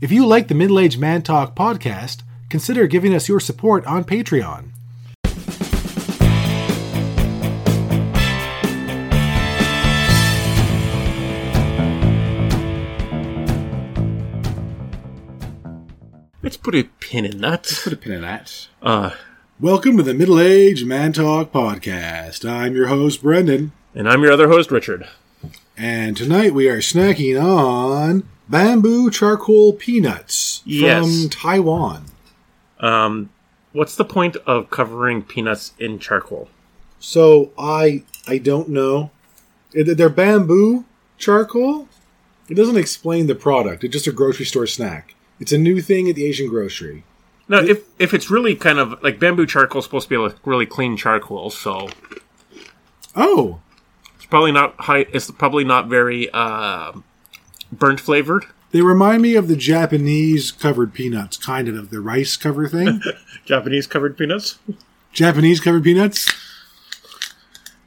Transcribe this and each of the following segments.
If you like the Middle Aged Man Talk podcast, consider giving us your support on Patreon. Let's put a pin in that. Put a pin in that. Uh, Welcome to the Middle Aged Man Talk podcast. I'm your host, Brendan, and I'm your other host, Richard. and tonight we are snacking on bamboo charcoal peanuts Yes. from Taiwan. Um, what's the point of covering peanuts in charcoal? So I I don't know. It- They're bamboo charcoal. It doesn't explain the product. It's just a grocery store snack. It's a new thing at the Asian grocery. Now, if if it's really kind of like bamboo charcoal, is supposed to be like really clean charcoal, so Oh, it's probably not high. It's probably not very uh, burnt flavored. they remind me of the Japanese covered peanuts, kind of the rice cover thing. Japanese covered peanuts. Japanese covered peanuts.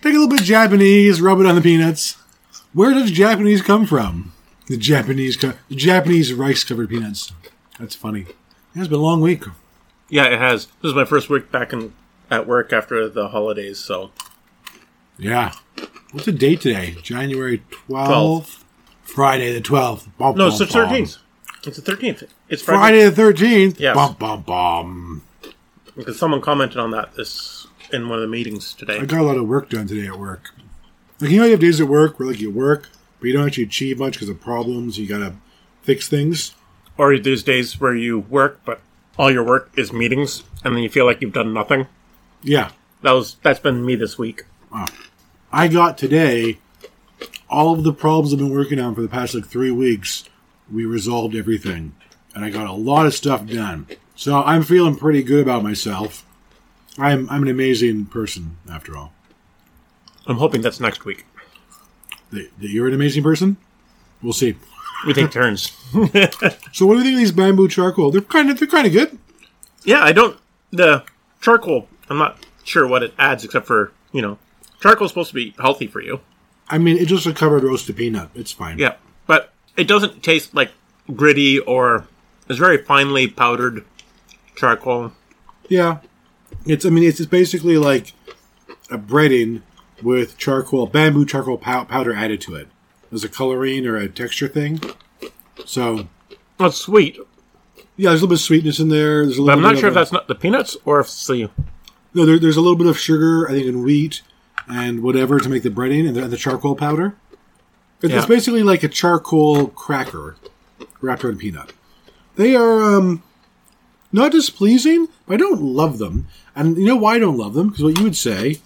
Take a little bit of Japanese, rub it on the peanuts. Where does Japanese come from? The Japanese, co- the Japanese rice covered peanuts. That's funny. It's been a long week. Yeah, it has. This is my first week back in at work after the holidays, so Yeah. What's the date today? January 12th? Friday the 12th. Bum, no, bum, it's the bum. thirteenth. It's the thirteenth. It's Friday. Friday the 13th? Yes. Bum, bum, bum. Because someone commented on that this in one of the meetings today. I got a lot of work done today at work. Like, you know, you have days at work where, like, you work, but you don't actually achieve much because of problems. You got to fix things. or these days where you work but all your work is meetings and then you feel like you've done nothing Yeah. that was that's been me this week I got today all of the problems I've been working on for the past like three weeks. We resolved everything, and I got a lot of stuff done. So I'm feeling pretty good about myself. I'm I'm an amazing person after all. i'm hoping that's next week That, that you're an amazing person. We'll see. we take turns So what do you think of these bamboo charcoal? They're kind of they're kind of good. yeah i don't the charcoal i'm not sure what it adds except for you know charcoal's supposed to be healthy for you I mean, it's just a covered roasted peanut. It's fine. yeah but it doesn't taste like gritty or it's very finely powdered charcoal Yeah. It's I mean it's, it's basically like a breading with charcoal bamboo charcoal pow- powder added to it. There's a coloring or a texture thing. So well, it's sweet yeah, there's a little bit of sweetness in there. There's a little i'm bit not sure of if a- that's not the peanuts or if it's the no. There, there's a little bit of sugar I think in wheat and whatever to make the breading and the, and the charcoal powder. It's, Yeah. it's basically like a charcoal cracker wrapped around peanut. They are um, not displeasing, but I don't love them. And you know why I don't love them? Because what you would say,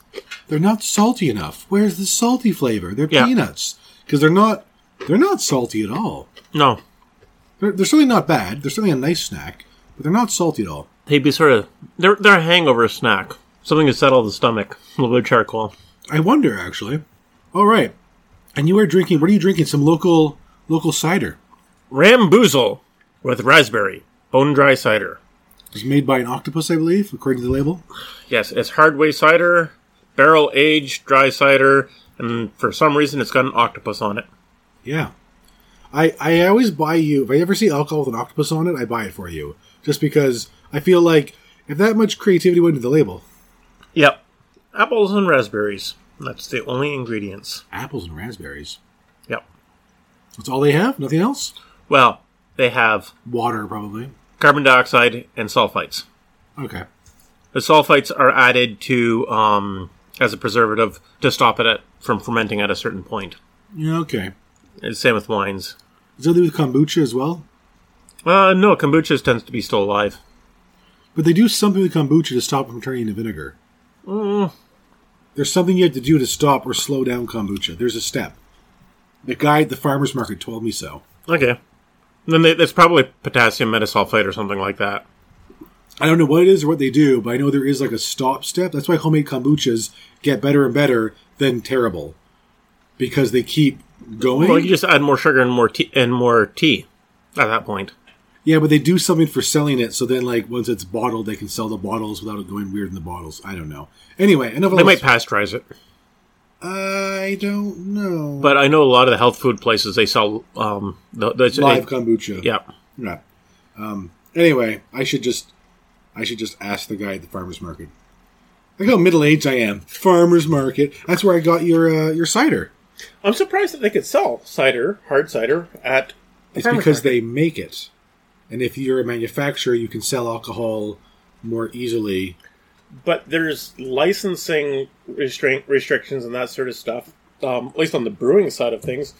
they're not salty enough. Where's the salty flavor? They're Yeah. peanuts because they're not they're not salty at all. no They're, they're certainly not bad. They're certainly a nice snack, but they're not salty at all. they'd be sort of they're they're a hangover snack, something to settle the stomach. A little bit of charcoal. I wonder actually. All right, and you are drinking. What are you drinking? Some local local cider. Ramboozle with raspberry, bone dry cider. It's made by an octopus, I believe, according to the label. Yes, it's hardway cider, barrel aged dry cider, and for some reason it's got an octopus on it. Yeah. I I always buy you if I ever see alcohol with an octopus on it, I buy it for you. Just because I feel like if that much creativity went into the label. Yep, apples and raspberries. That's the only ingredients. Apples and raspberries. Yep. That's all they have? Nothing else? Well, they have Water probably. carbon dioxide and sulfites. Okay. The sulfites are added to um, as a preservative to stop it at, from fermenting at a certain point. Yeah, okay. It's same with wines. Is that with kombucha as well? Uh, no, kombucha tends to be still alive. But they do something with kombucha to stop it from turning into vinegar. Mm, There's something you have to do to stop or slow down kombucha. There's a step. The guy at the farmer's market told me so. Okay. Then they, it's probably potassium metasulfate or something like that. I don't know what it is or what they do, but I know there is like a stop step. That's why homemade kombuchas get better and better than terrible because they keep going. Well, you just add more sugar and more tea, and more tea at that point. yeah, but they do something for selling it. So then, like once it's bottled, they can sell the bottles without it going weird in the bottles. I don't know. Anyway, enough. of They all might this- pasteurize it, I don't know. but I know a lot of the health food places they sell um the, the live kombucha. yeah. Yeah. Um, Anyway, I should just I should just ask the guy at the farmers market. Look how middle aged I am. Farmers market. That's where I got your uh, your cider. I'm surprised that they could sell cider, hard cider, at It's farmers because market. they make it, and if you're a manufacturer, you can sell alcohol more easily. but there's licensing restraint restrictions and that sort of stuff. Um, at least on the brewing side of things,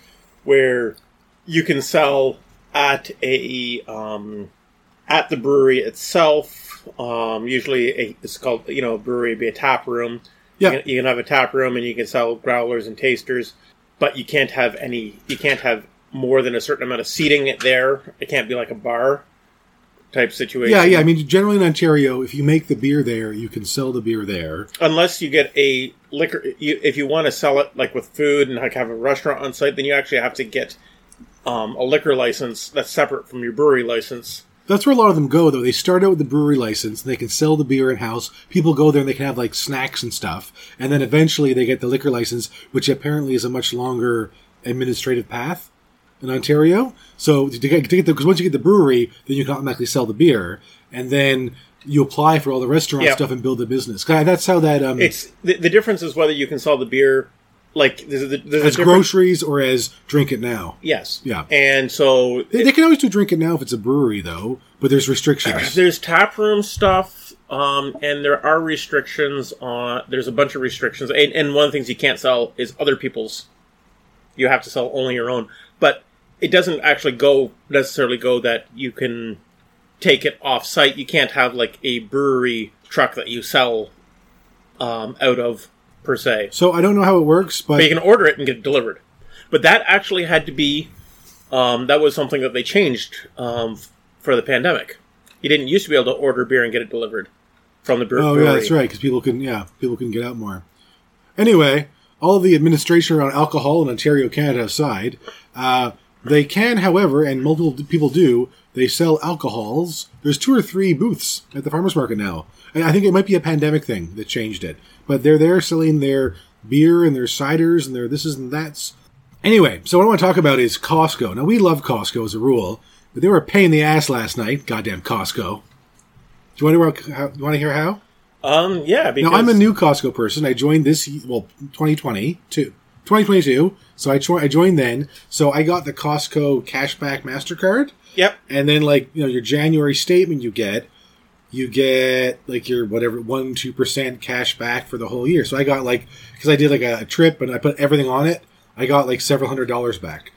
where you can sell at a um, at the brewery itself. Um, usually, a, it's called you know a brewery, be a tap room. Yeah. You, can, you can have a tap room, and you can sell growlers and tasters, but you can't have any. You can't have more than a certain amount of seating there. It can't be like a bar type situation. Yeah, yeah. I mean, generally in Ontario, if you make the beer there, you can sell the beer there. unless you get a liquor you, if you want to sell it like with food and like have a restaurant on site then you actually have to get um, a liquor license that's separate from your brewery license That's where a lot of them go, though. They start out with the brewery license, and they can sell the beer in house. People go there and they can have like snacks and stuff, and then eventually they get the liquor license, which apparently is a much longer administrative path in Ontario. So to get, to get the because once you get the brewery, then you can automatically sell the beer, and then you apply for all the restaurant Yeah. stuff and build a business. Guy, that's how that um, it's the, the difference is whether you can sell the beer like there's a, there's a as different- groceries or as drink it now. yes Yeah. and so They, they can always do drink it now if it's a brewery, though, but there's restrictions. there's tap room stuff um, and there are restrictions on there's a bunch of restrictions and, and one of the things you can't sell is other people's you have to sell only your own but it doesn't actually go necessarily go that you can take it off site you can't have like a brewery truck that you sell um, out of per se so I don't know how it works, but but you can order it and get it delivered. But that actually had to be um, that was something that they changed um, f- for the pandemic. You didn't used to be able to order beer and get it delivered from the bre- Oh brewery. yeah, that's right. Because people can, yeah, people can get out more. Anyway, all the administration around alcohol in Ontario, Canada aside, uh, they can, however, and multiple d- people do, they sell alcohols. There's two or three booths at the farmers market now, and I think it might be a pandemic thing that changed it. But they're there selling their beer and their ciders and their this and that's. Anyway, so what I want to talk about is Costco. Now we love Costco as a rule, but they were a pain in the ass last night. Goddamn Costco. Do you want to, how, do you want to hear how? Um, yeah, because Now, I'm a new Costco person. I joined this ye- well 2020 to 2022. So I cho- I joined then. So I got the Costco cashback Mastercard, yep. and then like you know your January statement you get, you get like your whatever one two percent cash back for the whole year. So I got like because I did like a, a trip and I put everything on it. I got like several hundred dollars back.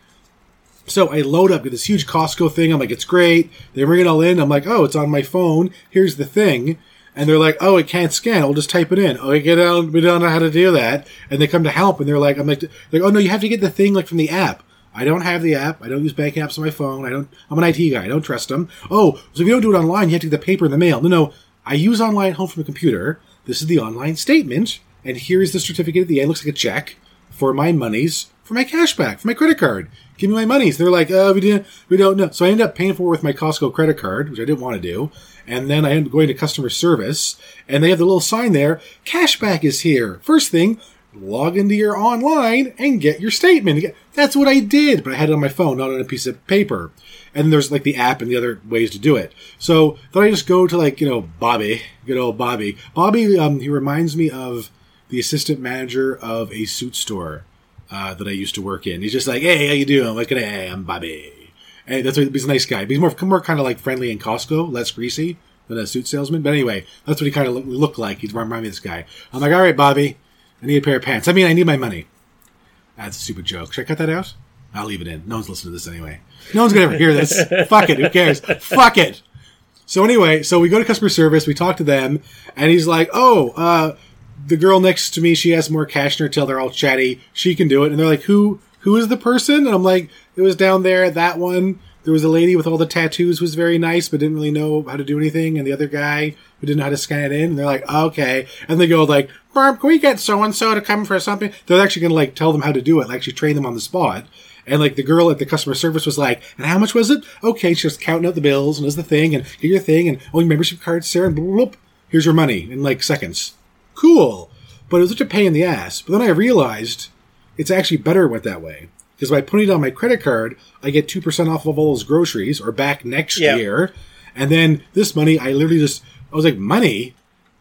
So I load up to this huge Costco thing. I'm like, it's great. They bring it all in. I'm like, oh, it's on my phone. Here's the thing. And they're like, oh, it can't scan. We'll just type it in. Oh, get out. We don't know how to do that. And they come to help, and they're like, I'm like, like, oh no, you have to get the thing like from the app. I don't have the app. I don't use banking apps on my phone. I don't. I'm an IT guy. I don't trust them. Oh, so if you don't do it online, you have to get the paper in the mail. No, no. I use online at home from a computer. This is the online statement, and here is the certificate at the end. Looks like a check for my monies, for my cash back, for my credit card. Give me my monies. They're like, uh, we didn't, we don't know. So I ended up paying for it with my Costco credit card, which I didn't want to do. And then I ended up going to customer service, and they have the little sign there, cash back is here. First thing, log into your online and get your statement. That's what I did, but I had it on my phone, not on a piece of paper. And there's like the app and the other ways to do it. So thought I just go to like, you know, Bobby, good old Bobby. Bobby, um, he reminds me of the assistant manager of a suit store uh, that I used to work in. He's just like, hey, how you doing? I'm like, hey, I'm Bobby. And that's what, he's a nice guy. But he's more, more kind of like friendly in Costco, less greasy than a suit salesman. But anyway, that's what he kind of look, looked like. He's remind me of this guy. I'm like, all right, Bobby, I need a pair of pants. I mean, I need my money. That's a stupid joke. Should I cut that out? I'll leave it in. No one's listening to this anyway. No one's gonna ever hear this. Fuck it. Who cares? Fuck it. So anyway, so we go to customer service. We talk to them, and he's like, "Oh, uh, the girl next to me, she has more cash in her till they're all chatty. She can do it." And they're like, "Who? Who is the person?" And I'm like, "It was down there. That one. There was a lady with all the tattoos who was very nice, but didn't really know how to do anything, and the other guy who didn't know how to scan it in." And they're like, "Okay," and they go like, "Barb, can we get so and so to come for something?" They're actually gonna like tell them how to do it, like actually train them on the spot. And like the girl at the customer service was like, and how much was it? Okay, she was counting out the bills and does the thing and get your thing and oh, your membership card, Sarah, and bloop, bloop, here's your money in like seconds. Cool. But it was such a pain in the ass. But then I realized it's actually better it went that way. Because because by putting down my credit card, I get 2% off of all those groceries or back next Yeah. year. And then this money, I literally just, I was like, money?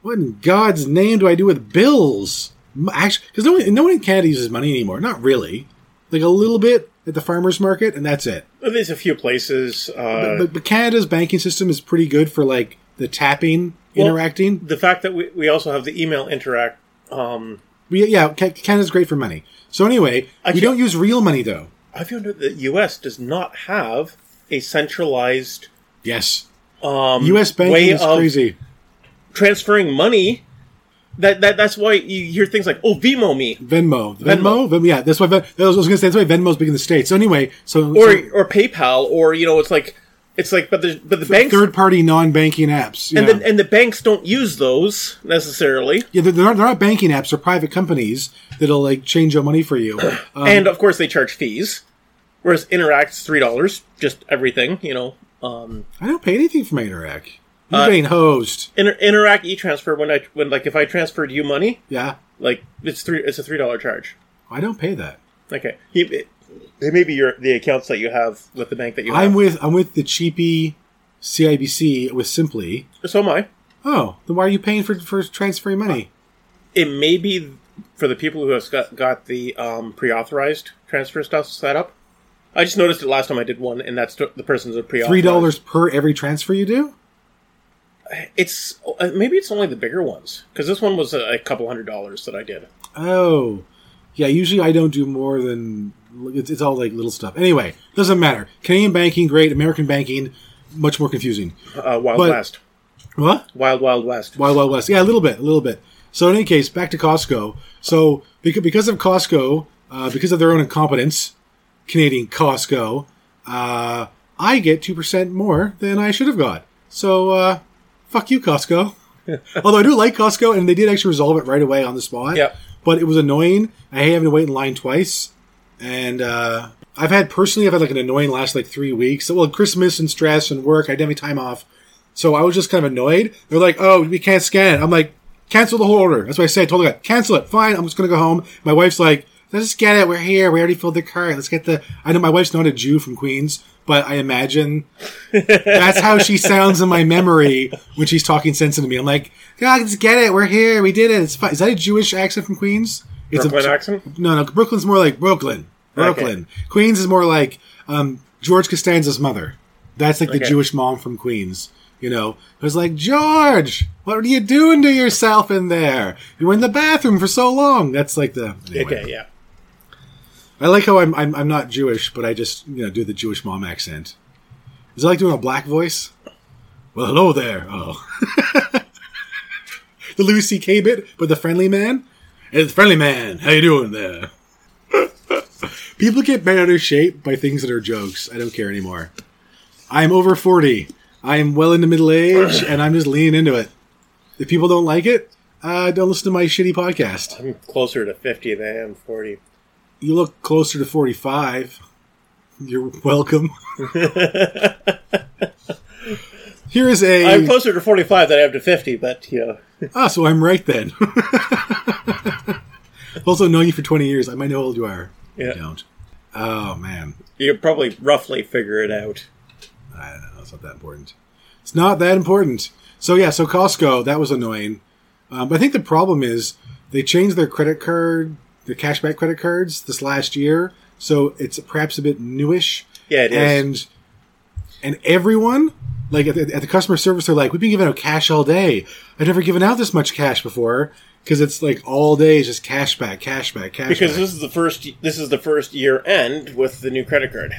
What in God's name do I do with bills? M- Actually, because no one, no one in Canada uses money anymore. Not really. Like a little bit at the farmer's market, and that's it. Well, There's a few places. Uh, But, but Canada's banking system is pretty good for like the tapping, Well- interacting. the fact that we, we also have the email interact. Um, We, yeah, Ca- Canada's great for money. So anyway, we Actually- don't use real money though. I found out that the U.S. does not have a centralized Yes. um, U.S. banking way is of crazy. transferring money. That, that that's why you hear things like "Oh, Vimo me" Venmo. Venmo. Venmo. yeah, that's why. Ven- I was going to say that's why Venmo's big in the states. So anyway, so, or or PayPal or you know it's like it's like but the but the banks third-party non-banking apps. Yeah, and the, and the banks don't use those necessarily. yeah they're, they're not, they're not banking apps. They're private companies that'll like change your money for you. Uh, and of course they charge fees. Whereas Interact's three dollars, just everything, you know. Um, I don't pay anything for my Interact. I'm Uh, paying host. Inter- Interact e-transfer when I when like if I transferred you money, Yeah, like it's three it's a three dollar charge. I don't pay that. Okay, You- it, it may be your the accounts that you have with the bank that you I'm have. with I'm with the cheapy CIBC with Simply. so am I. Oh, then why are you paying for for transferring money? It may be for the people who have got, got the um, pre-authorized transfer stuff set up. I just noticed it last time I did one, and that's the person's a pre-authorized. Three dollars per every transfer you do. It's uh, maybe it's only the bigger ones because this one was a, a couple hundred dollars that I did. Oh, yeah. Usually I don't do more than it's, it's all like little stuff. Anyway, doesn't matter. Canadian banking, great. American banking, much more confusing. Uh, Wild But- West. What? Wild Wild West. Wild Wild West. Yeah, a little bit, a little bit. So in any case, back to Costco. So beca- because of Costco, uh, because of their own incompetence, Canadian Costco, uh, I get two percent more than I should have got. So uh, fuck you, Costco. Although I do like Costco, and they did actually resolve it right away on the spot. Yep. But it was annoying. I hate having to wait in line twice, and uh, I've had personally, I've had like an annoying last like three weeks. Well, Christmas and stress and work, I didn't have any time off. So I was just kind of annoyed. They're like, "Oh, we can't scan it." I'm like, "Cancel the whole order." That's what I say. I told the guy, "Cancel it." Fine, I'm just gonna go home. My wife's like, "Let's just get it. We're here. We already filled the cart. Let's get the." I know my wife's not a Jew from Queens, but I imagine that's how she sounds in my memory when she's talking sense into me. I'm like, "God, let's get it. We're here. We did it. It's fine." Is that a Jewish accent from Queens? It's Brooklyn a, accent. no, no. Brooklyn's more like Brooklyn. Brooklyn. Queens is more like um, George Costanza's mother. That's like the Okay. Jewish mom from Queens. You know, who's like George? What are you doing to yourself in there? You were in the bathroom for so long. That's like the. anyway. Okay, yeah. I like how I'm, I'm I'm not Jewish, but I just you know do the Jewish mom accent. Is it like doing a black voice? Well, hello there. Oh, the Louis C.K. bit, but the friendly man. It's friendly man. How you doing there? People get bent out of shape by things that are jokes. I don't care anymore. I'm over forty. I'm well into middle age, and I'm just leaning into it. If people don't like it, uh, don't listen to my shitty podcast. I'm closer to fifty than I am forty. You look closer to 45. You're welcome. Here is I'm a. closer to forty-five than I am to fifty, but you know, ah, so I'm right then. I've also known you for 20 years. I might know how old you are. Yeah. I don't. Oh, man. you could probably roughly figure it out. I don't know. It's not that important. It's not that important. So, yeah, so Costco, that was annoying. Um, but I think the problem is they changed their credit card, their cashback credit cards this last year. So it's perhaps a bit newish. Yeah, it is. and and everyone like at the, at the customer service they're like we've been giving out cash all day i've never given out this much cash before because it's like all day is just cash back cash back cash because back. this is the first this is the first year end with the new credit card.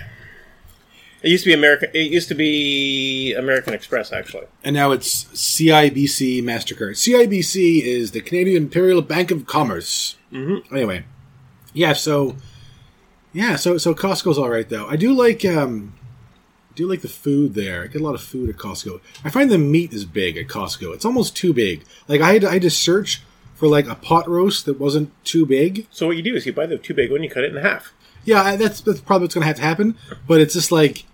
It used to be American. It used to be American Express, actually. and now it's cibc mastercard cibc is the canadian imperial bank of commerce mm-hmm. anyway yeah so yeah so so costco's all right though i do like um I do like the food there. I get a lot of food at Costco. I find the meat is big at Costco. It's almost too big. Like I had, to, I had to search for like a pot roast that wasn't too big. So what you do is you buy the too big one, you cut it in half Yeah, I, that's that's probably what's gonna have to happen. But it's just like,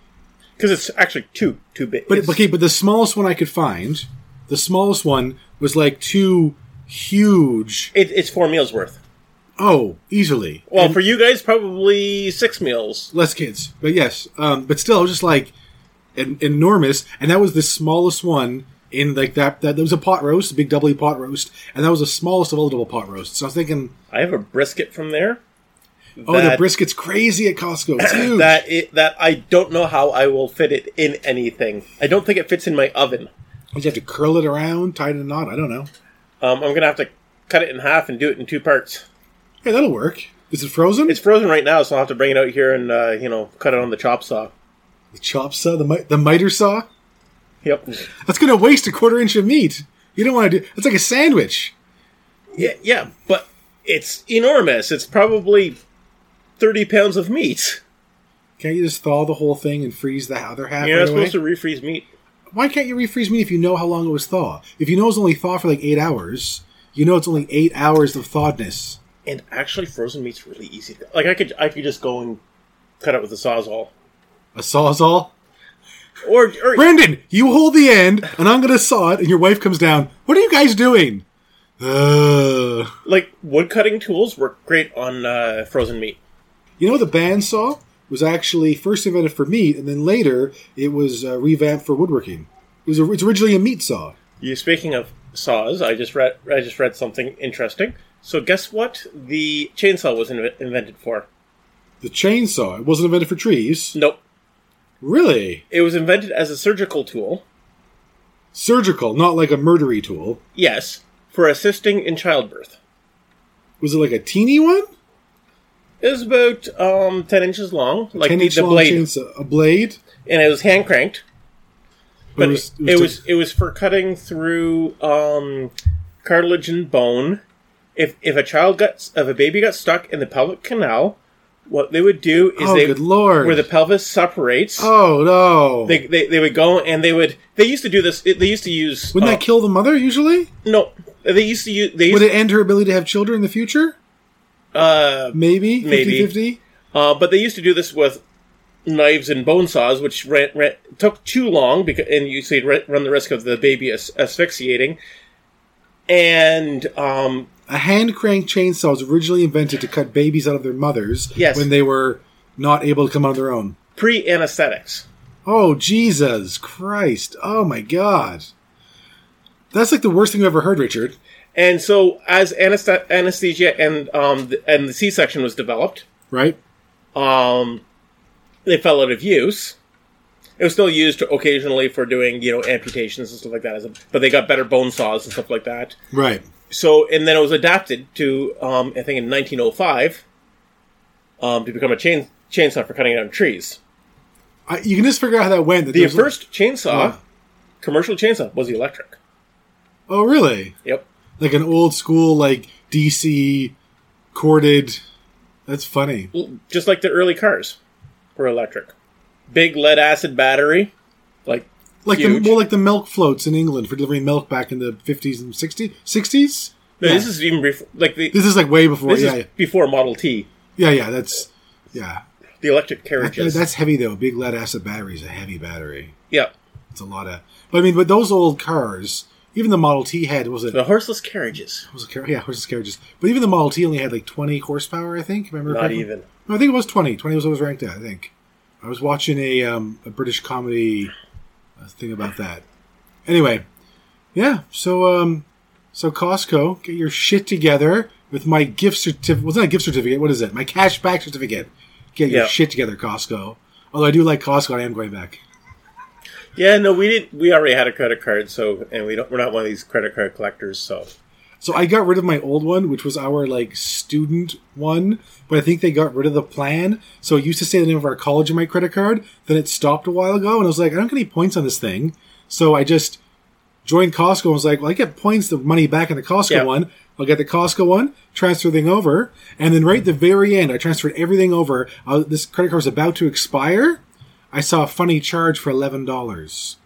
because it's actually too too big. but It's- okay, but the smallest one I could find, the smallest one was like two huge. it, it's four meals worth. Oh, easily. Well, And for you guys, probably six meals. less kids, but yes, um, but still, it was just like en- enormous. And that was the smallest one in like that. That there was a pot roast, a big doubly pot roast, and that was the smallest of all the double pot roasts. So I was thinking, I have a brisket from there. oh, the that- brisket's crazy at Costco. It's huge. that it, that I don't know how I will fit it in anything. I don't think it fits in my oven. you have to curl it around, tie it in a knot. I don't know. Um, I'm gonna have to cut it in half and do it in two parts. Hey, that'll work. Is it frozen? It's frozen right now, so I'll have to bring it out here and uh, you know cut it on the chop saw. the chop saw, the mi- the miter saw. Yep. That's gonna waste a quarter inch of meat. You don't want to do. That's like a sandwich. Yeah, yeah, but it's enormous. It's probably thirty pounds of meat. Can't you just thaw the whole thing and freeze the other half? You're right not away? supposed to refreeze meat. why can't you refreeze meat if you know how long it was thaw? If you know it's only thaw for like eight hours, you know it's only eight hours of thawedness. And actually, frozen meat's really easy. To, like I could, I could just go and cut it with a sawzall. A sawzall? Or, or Brandon, you hold the end, and I'm gonna saw it, and your wife comes down. What are you guys doing? Ugh. like wood cutting tools work great on uh, frozen meat. You know the bandsaw was actually first invented for meat, and then later it was uh, revamped for woodworking. It was it's originally a meat saw. You speaking of saws, I just read I just read something interesting. So guess what? The chainsaw was in- invented for? The chainsaw. It wasn't invented for trees. Nope. Really? It was invented as a surgical tool. Surgical, not like a murdery tool. Yes, for assisting in childbirth. Was it like a teeny one? It was about um, ten inches long, like the, inch the long blade, chainsaw. A blade? and it was hand cranked. But it was it was, to- for cutting through um, cartilage and bone. If if a child got if a baby got stuck in the pelvic canal, what they would do is oh, they good lord! where the pelvis separates. oh no! They, they, they would go and they would they used to do this they used to use Wouldn't uh, that kill the mother? Usually, no they used to use they used would it end her ability to have children in the future? uh Maybe, Maybe. 50-50? uh but they used to do this with knives and bone saws which ran, ran, took too long because and you see ri- run the risk of the baby as, asphyxiating and um A hand crank chainsaw was originally invented to cut babies out of their mothers Yes. when they were not able to come out on their own. pre anesthetics Oh Jesus Christ! Oh my God! That's like the worst thing I've ever heard, Richard. and so as anesthe- anesthesia and um th- and the C section was developed Right? um, they fell out of use. It was still used occasionally for doing, you know, amputations and stuff like that. As a, but they got better bone saws and stuff like that. Right. So, and then it was adapted to, um, I think, in 1905 um, to become a chain chainsaw for cutting down trees. I, you can just figure out how that went. That The there was- first chainsaw, Yeah. commercial chainsaw, was electric. oh, really? Yep. like an old school like DC corded. That's funny. Just like the early cars were electric. Big lead acid battery. Like, Like Huge. the well, like the milk floats in England for delivering milk back in the fifties and 60s. 60s? no, Yeah. this is even before, like, the, This is like way before. this Yeah, is before Model T. yeah, yeah, yeah. That's yeah. The electric That- carriages. that's heavy though. Big lead acid battery is a heavy battery. Yeah, It's a lot of. But I mean, but those old cars, even the Model T had was it the horseless carriages. was it car- yeah horses carriages. But even the Model T only had like twenty horsepower. I think. if I Remember Not correctly. even. No, I think it was 20. 20 was what it was ranked at, I think. I was watching a, um, a British comedy uh, thing about that. Anyway, yeah, so um, so Costco, get your shit together with my gift certificate. Well, it's not a gift certificate. What is it? My cash back certificate. Get your Yeah. shit together, Costco. Although I do like Costco, I am going back. Yeah, no, we didn't. We already had a credit card, so and we don't. We're not one of these credit card collectors, so So I got rid of my old one, which was our like student one, but I think they got rid of the plan. So it used to say the name of our college on my credit card. Then it stopped a while ago, and I was like, I don't get any points on this thing. So I just joined Costco and was like, well, I get points, the money back in the Costco Yeah. one. I'll get the Costco one, transfer everything over, and then right at the very end, I transferred everything over. I was- this credit card was about to expire. I saw a funny charge for eleven dollars.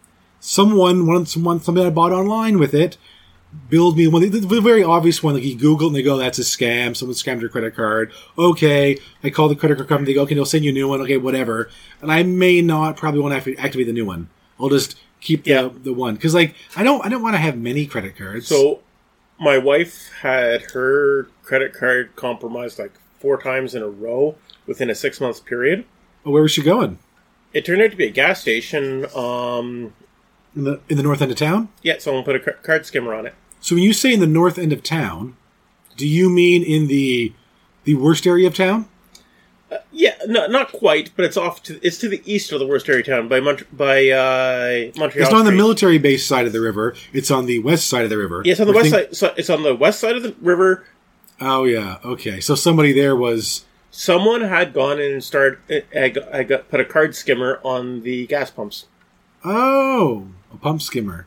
Someone, one, someone, something I bought online with it build me one. The, the very obvious one, like you Google and they go, that's a scam. Someone scammed your credit card. Okay. I call the credit card company. They go, okay, they'll send you a new one. Okay, whatever. And I may not probably want to activate, activate the new one. I'll just keep the, Yeah. the one. Cause like, I don't, I don't want to have many credit cards. so my wife had her credit card compromised like four times in a row within a six month period. Oh, where was she going? It turned out to be a gas station. Um, In the in the north end of town. yeah, someone put a car- card skimmer on it. So when you say in the north end of town, do you mean in the the worst area of town? Yeah, no, not quite, but it's off to it's to the east of the worst area town by Mont- by uh, Montreal. It's not on the Street. military base side of the river. It's on the west side of the river. Yeah, it's on the We're west think- side. So it's on the west side of the river. Oh yeah. Okay. So somebody there was. Someone had gone in and started. I got, I got put a card skimmer on the gas pumps, Oh, a pump skimmer.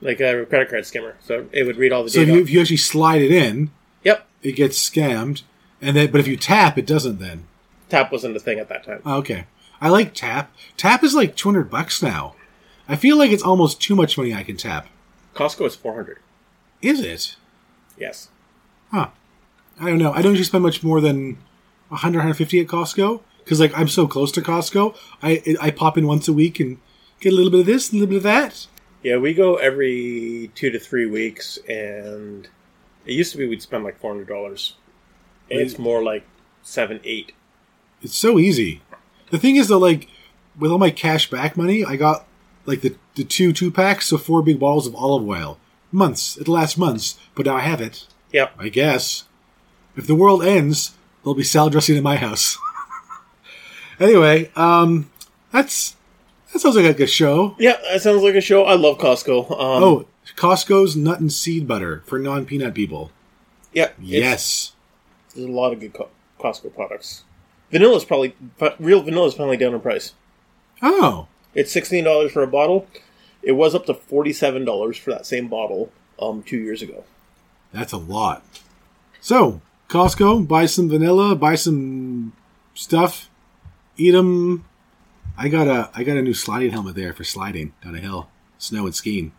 like a credit card skimmer, so it would read all the So if data. you, if you actually slide it in, yep, it gets scammed, and then but if you tap, it doesn't. Then tap wasn't a thing at that time. Oh, okay. I like tap. Tap is like two hundred bucks now. I feel like it's almost too much money I can tap. Costco is four hundred. Is it? Yes, Huh. I don't know. I don't usually spend much more than 100, 150 at Costco because like I'm so close to Costco. I I pop in once a week and get a little bit of this, a little bit of that. yeah, we go every two to three weeks, and it used to be we'd spend like four hundred dollars. It's more like seven, eight. It's so easy. The thing is though, like with all my cash back money, I got like the the two two packs, so four big bottles of olive oil. Months. It lasts months, but now I have it. Yep. I guess. If the world ends, there'll be salad dressing in my house. anyway, um, that's that sounds like a good show. Yeah, that sounds like a show. I love Costco. Um, Oh, Costco's nut and seed butter for non peanut people. yeah. it's- Yes. There's a lot of good Co- Costco products. Vanilla's probably but real vanilla's finally down in price. Oh, It's sixteen dollars for a bottle. It was up to forty-seven dollars for that same bottle um, two years ago. that's a lot. So, Costco, buy some vanilla, buy some stuff, eat them. I got a I got a new sliding helmet there for sliding down a hill, snow and skiing.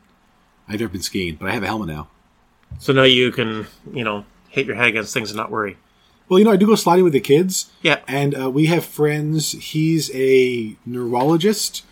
I've never been skiing, but I have a helmet now. So now you can you know hit your head against things and not worry. Well, you know, I do go sliding with the kids. Yeah. And uh, we have friends. He's a neurologist,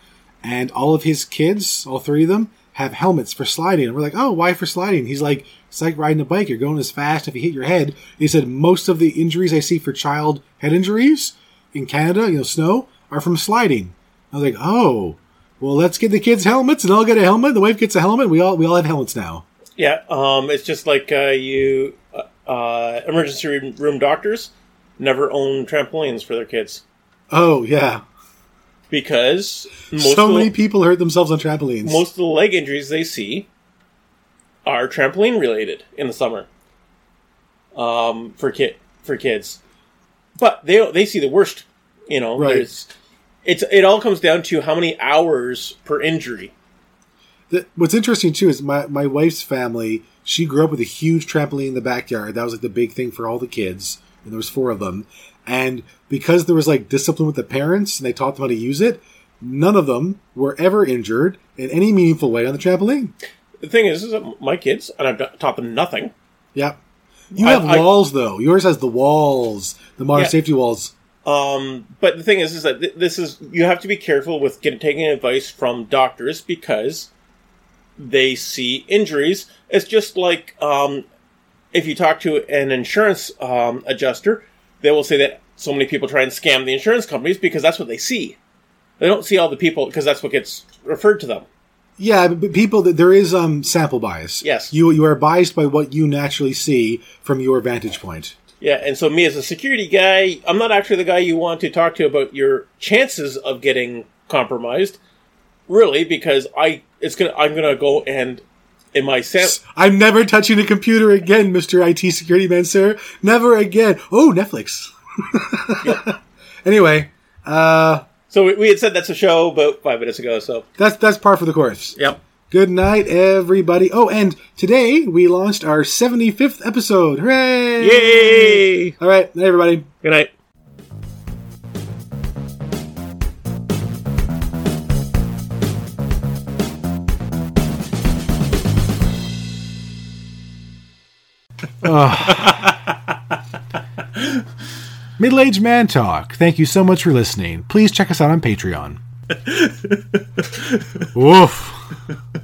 and all of his kids, all three of them, have helmets for sliding. And we're like, oh, why for sliding? He's like, it's like riding a bike. You're going as fast. If you hit your head, he said most of the injuries I see for child head injuries in Canada, you know, snow, are from sliding. I was like, oh, well, let's get the kids helmets, and I'll get a helmet. The wife gets a helmet. We all we all have helmets now. Yeah, um, it's just like uh, you uh, uh, emergency room- room doctors never own trampolines for their kids Oh yeah, because most so of the- many people hurt themselves on trampolines. most of the leg injuries they see are trampoline related in the summer um, for kid for kids, but they they see the worst. You know, Right. there's- it's it all comes down to how many hours per injury. the, what's interesting too is my, my wife's family she grew up with a huge trampoline in the backyard that was like the big thing for all the kids and there was four of them and because there was like discipline with the parents and they taught them how to use it none of them were ever injured in any meaningful way on the trampoline The thing is, is that my kids and I've not- taught them nothing. yeah you I- have I- walls though yours has the walls the modern Yeah. safety walls Um, but the thing is, is that th- this is you have to be careful with get, taking advice from doctors because they see injuries. It's just like um, if you talk to an insurance um, adjuster, they will say that so many people try and scam the insurance companies because that's what they see. They don't see all the people because that's what gets referred to them. Yeah, but but people, th- there is um, sample bias. Yes. you you are biased by what you naturally see from your vantage point. Yeah, and so me as a security guy, I'm not actually the guy you want to talk to about your chances of getting compromised, really, because I it's gonna I'm gonna go and in my sam- I'm never touching a computer again, Mr. IT security man, sir. Never again. Oh, Netflix. anyway, uh, so we, we had said that's a show about five minutes ago. So that's that's par for the course. yep, Good night, everybody. Oh, and today we launched our 75th episode. Hooray! yay! Good All right, night, everybody. night. Middle aged man talk. Thank you so much for listening. Please check us out on Patreon. Woof.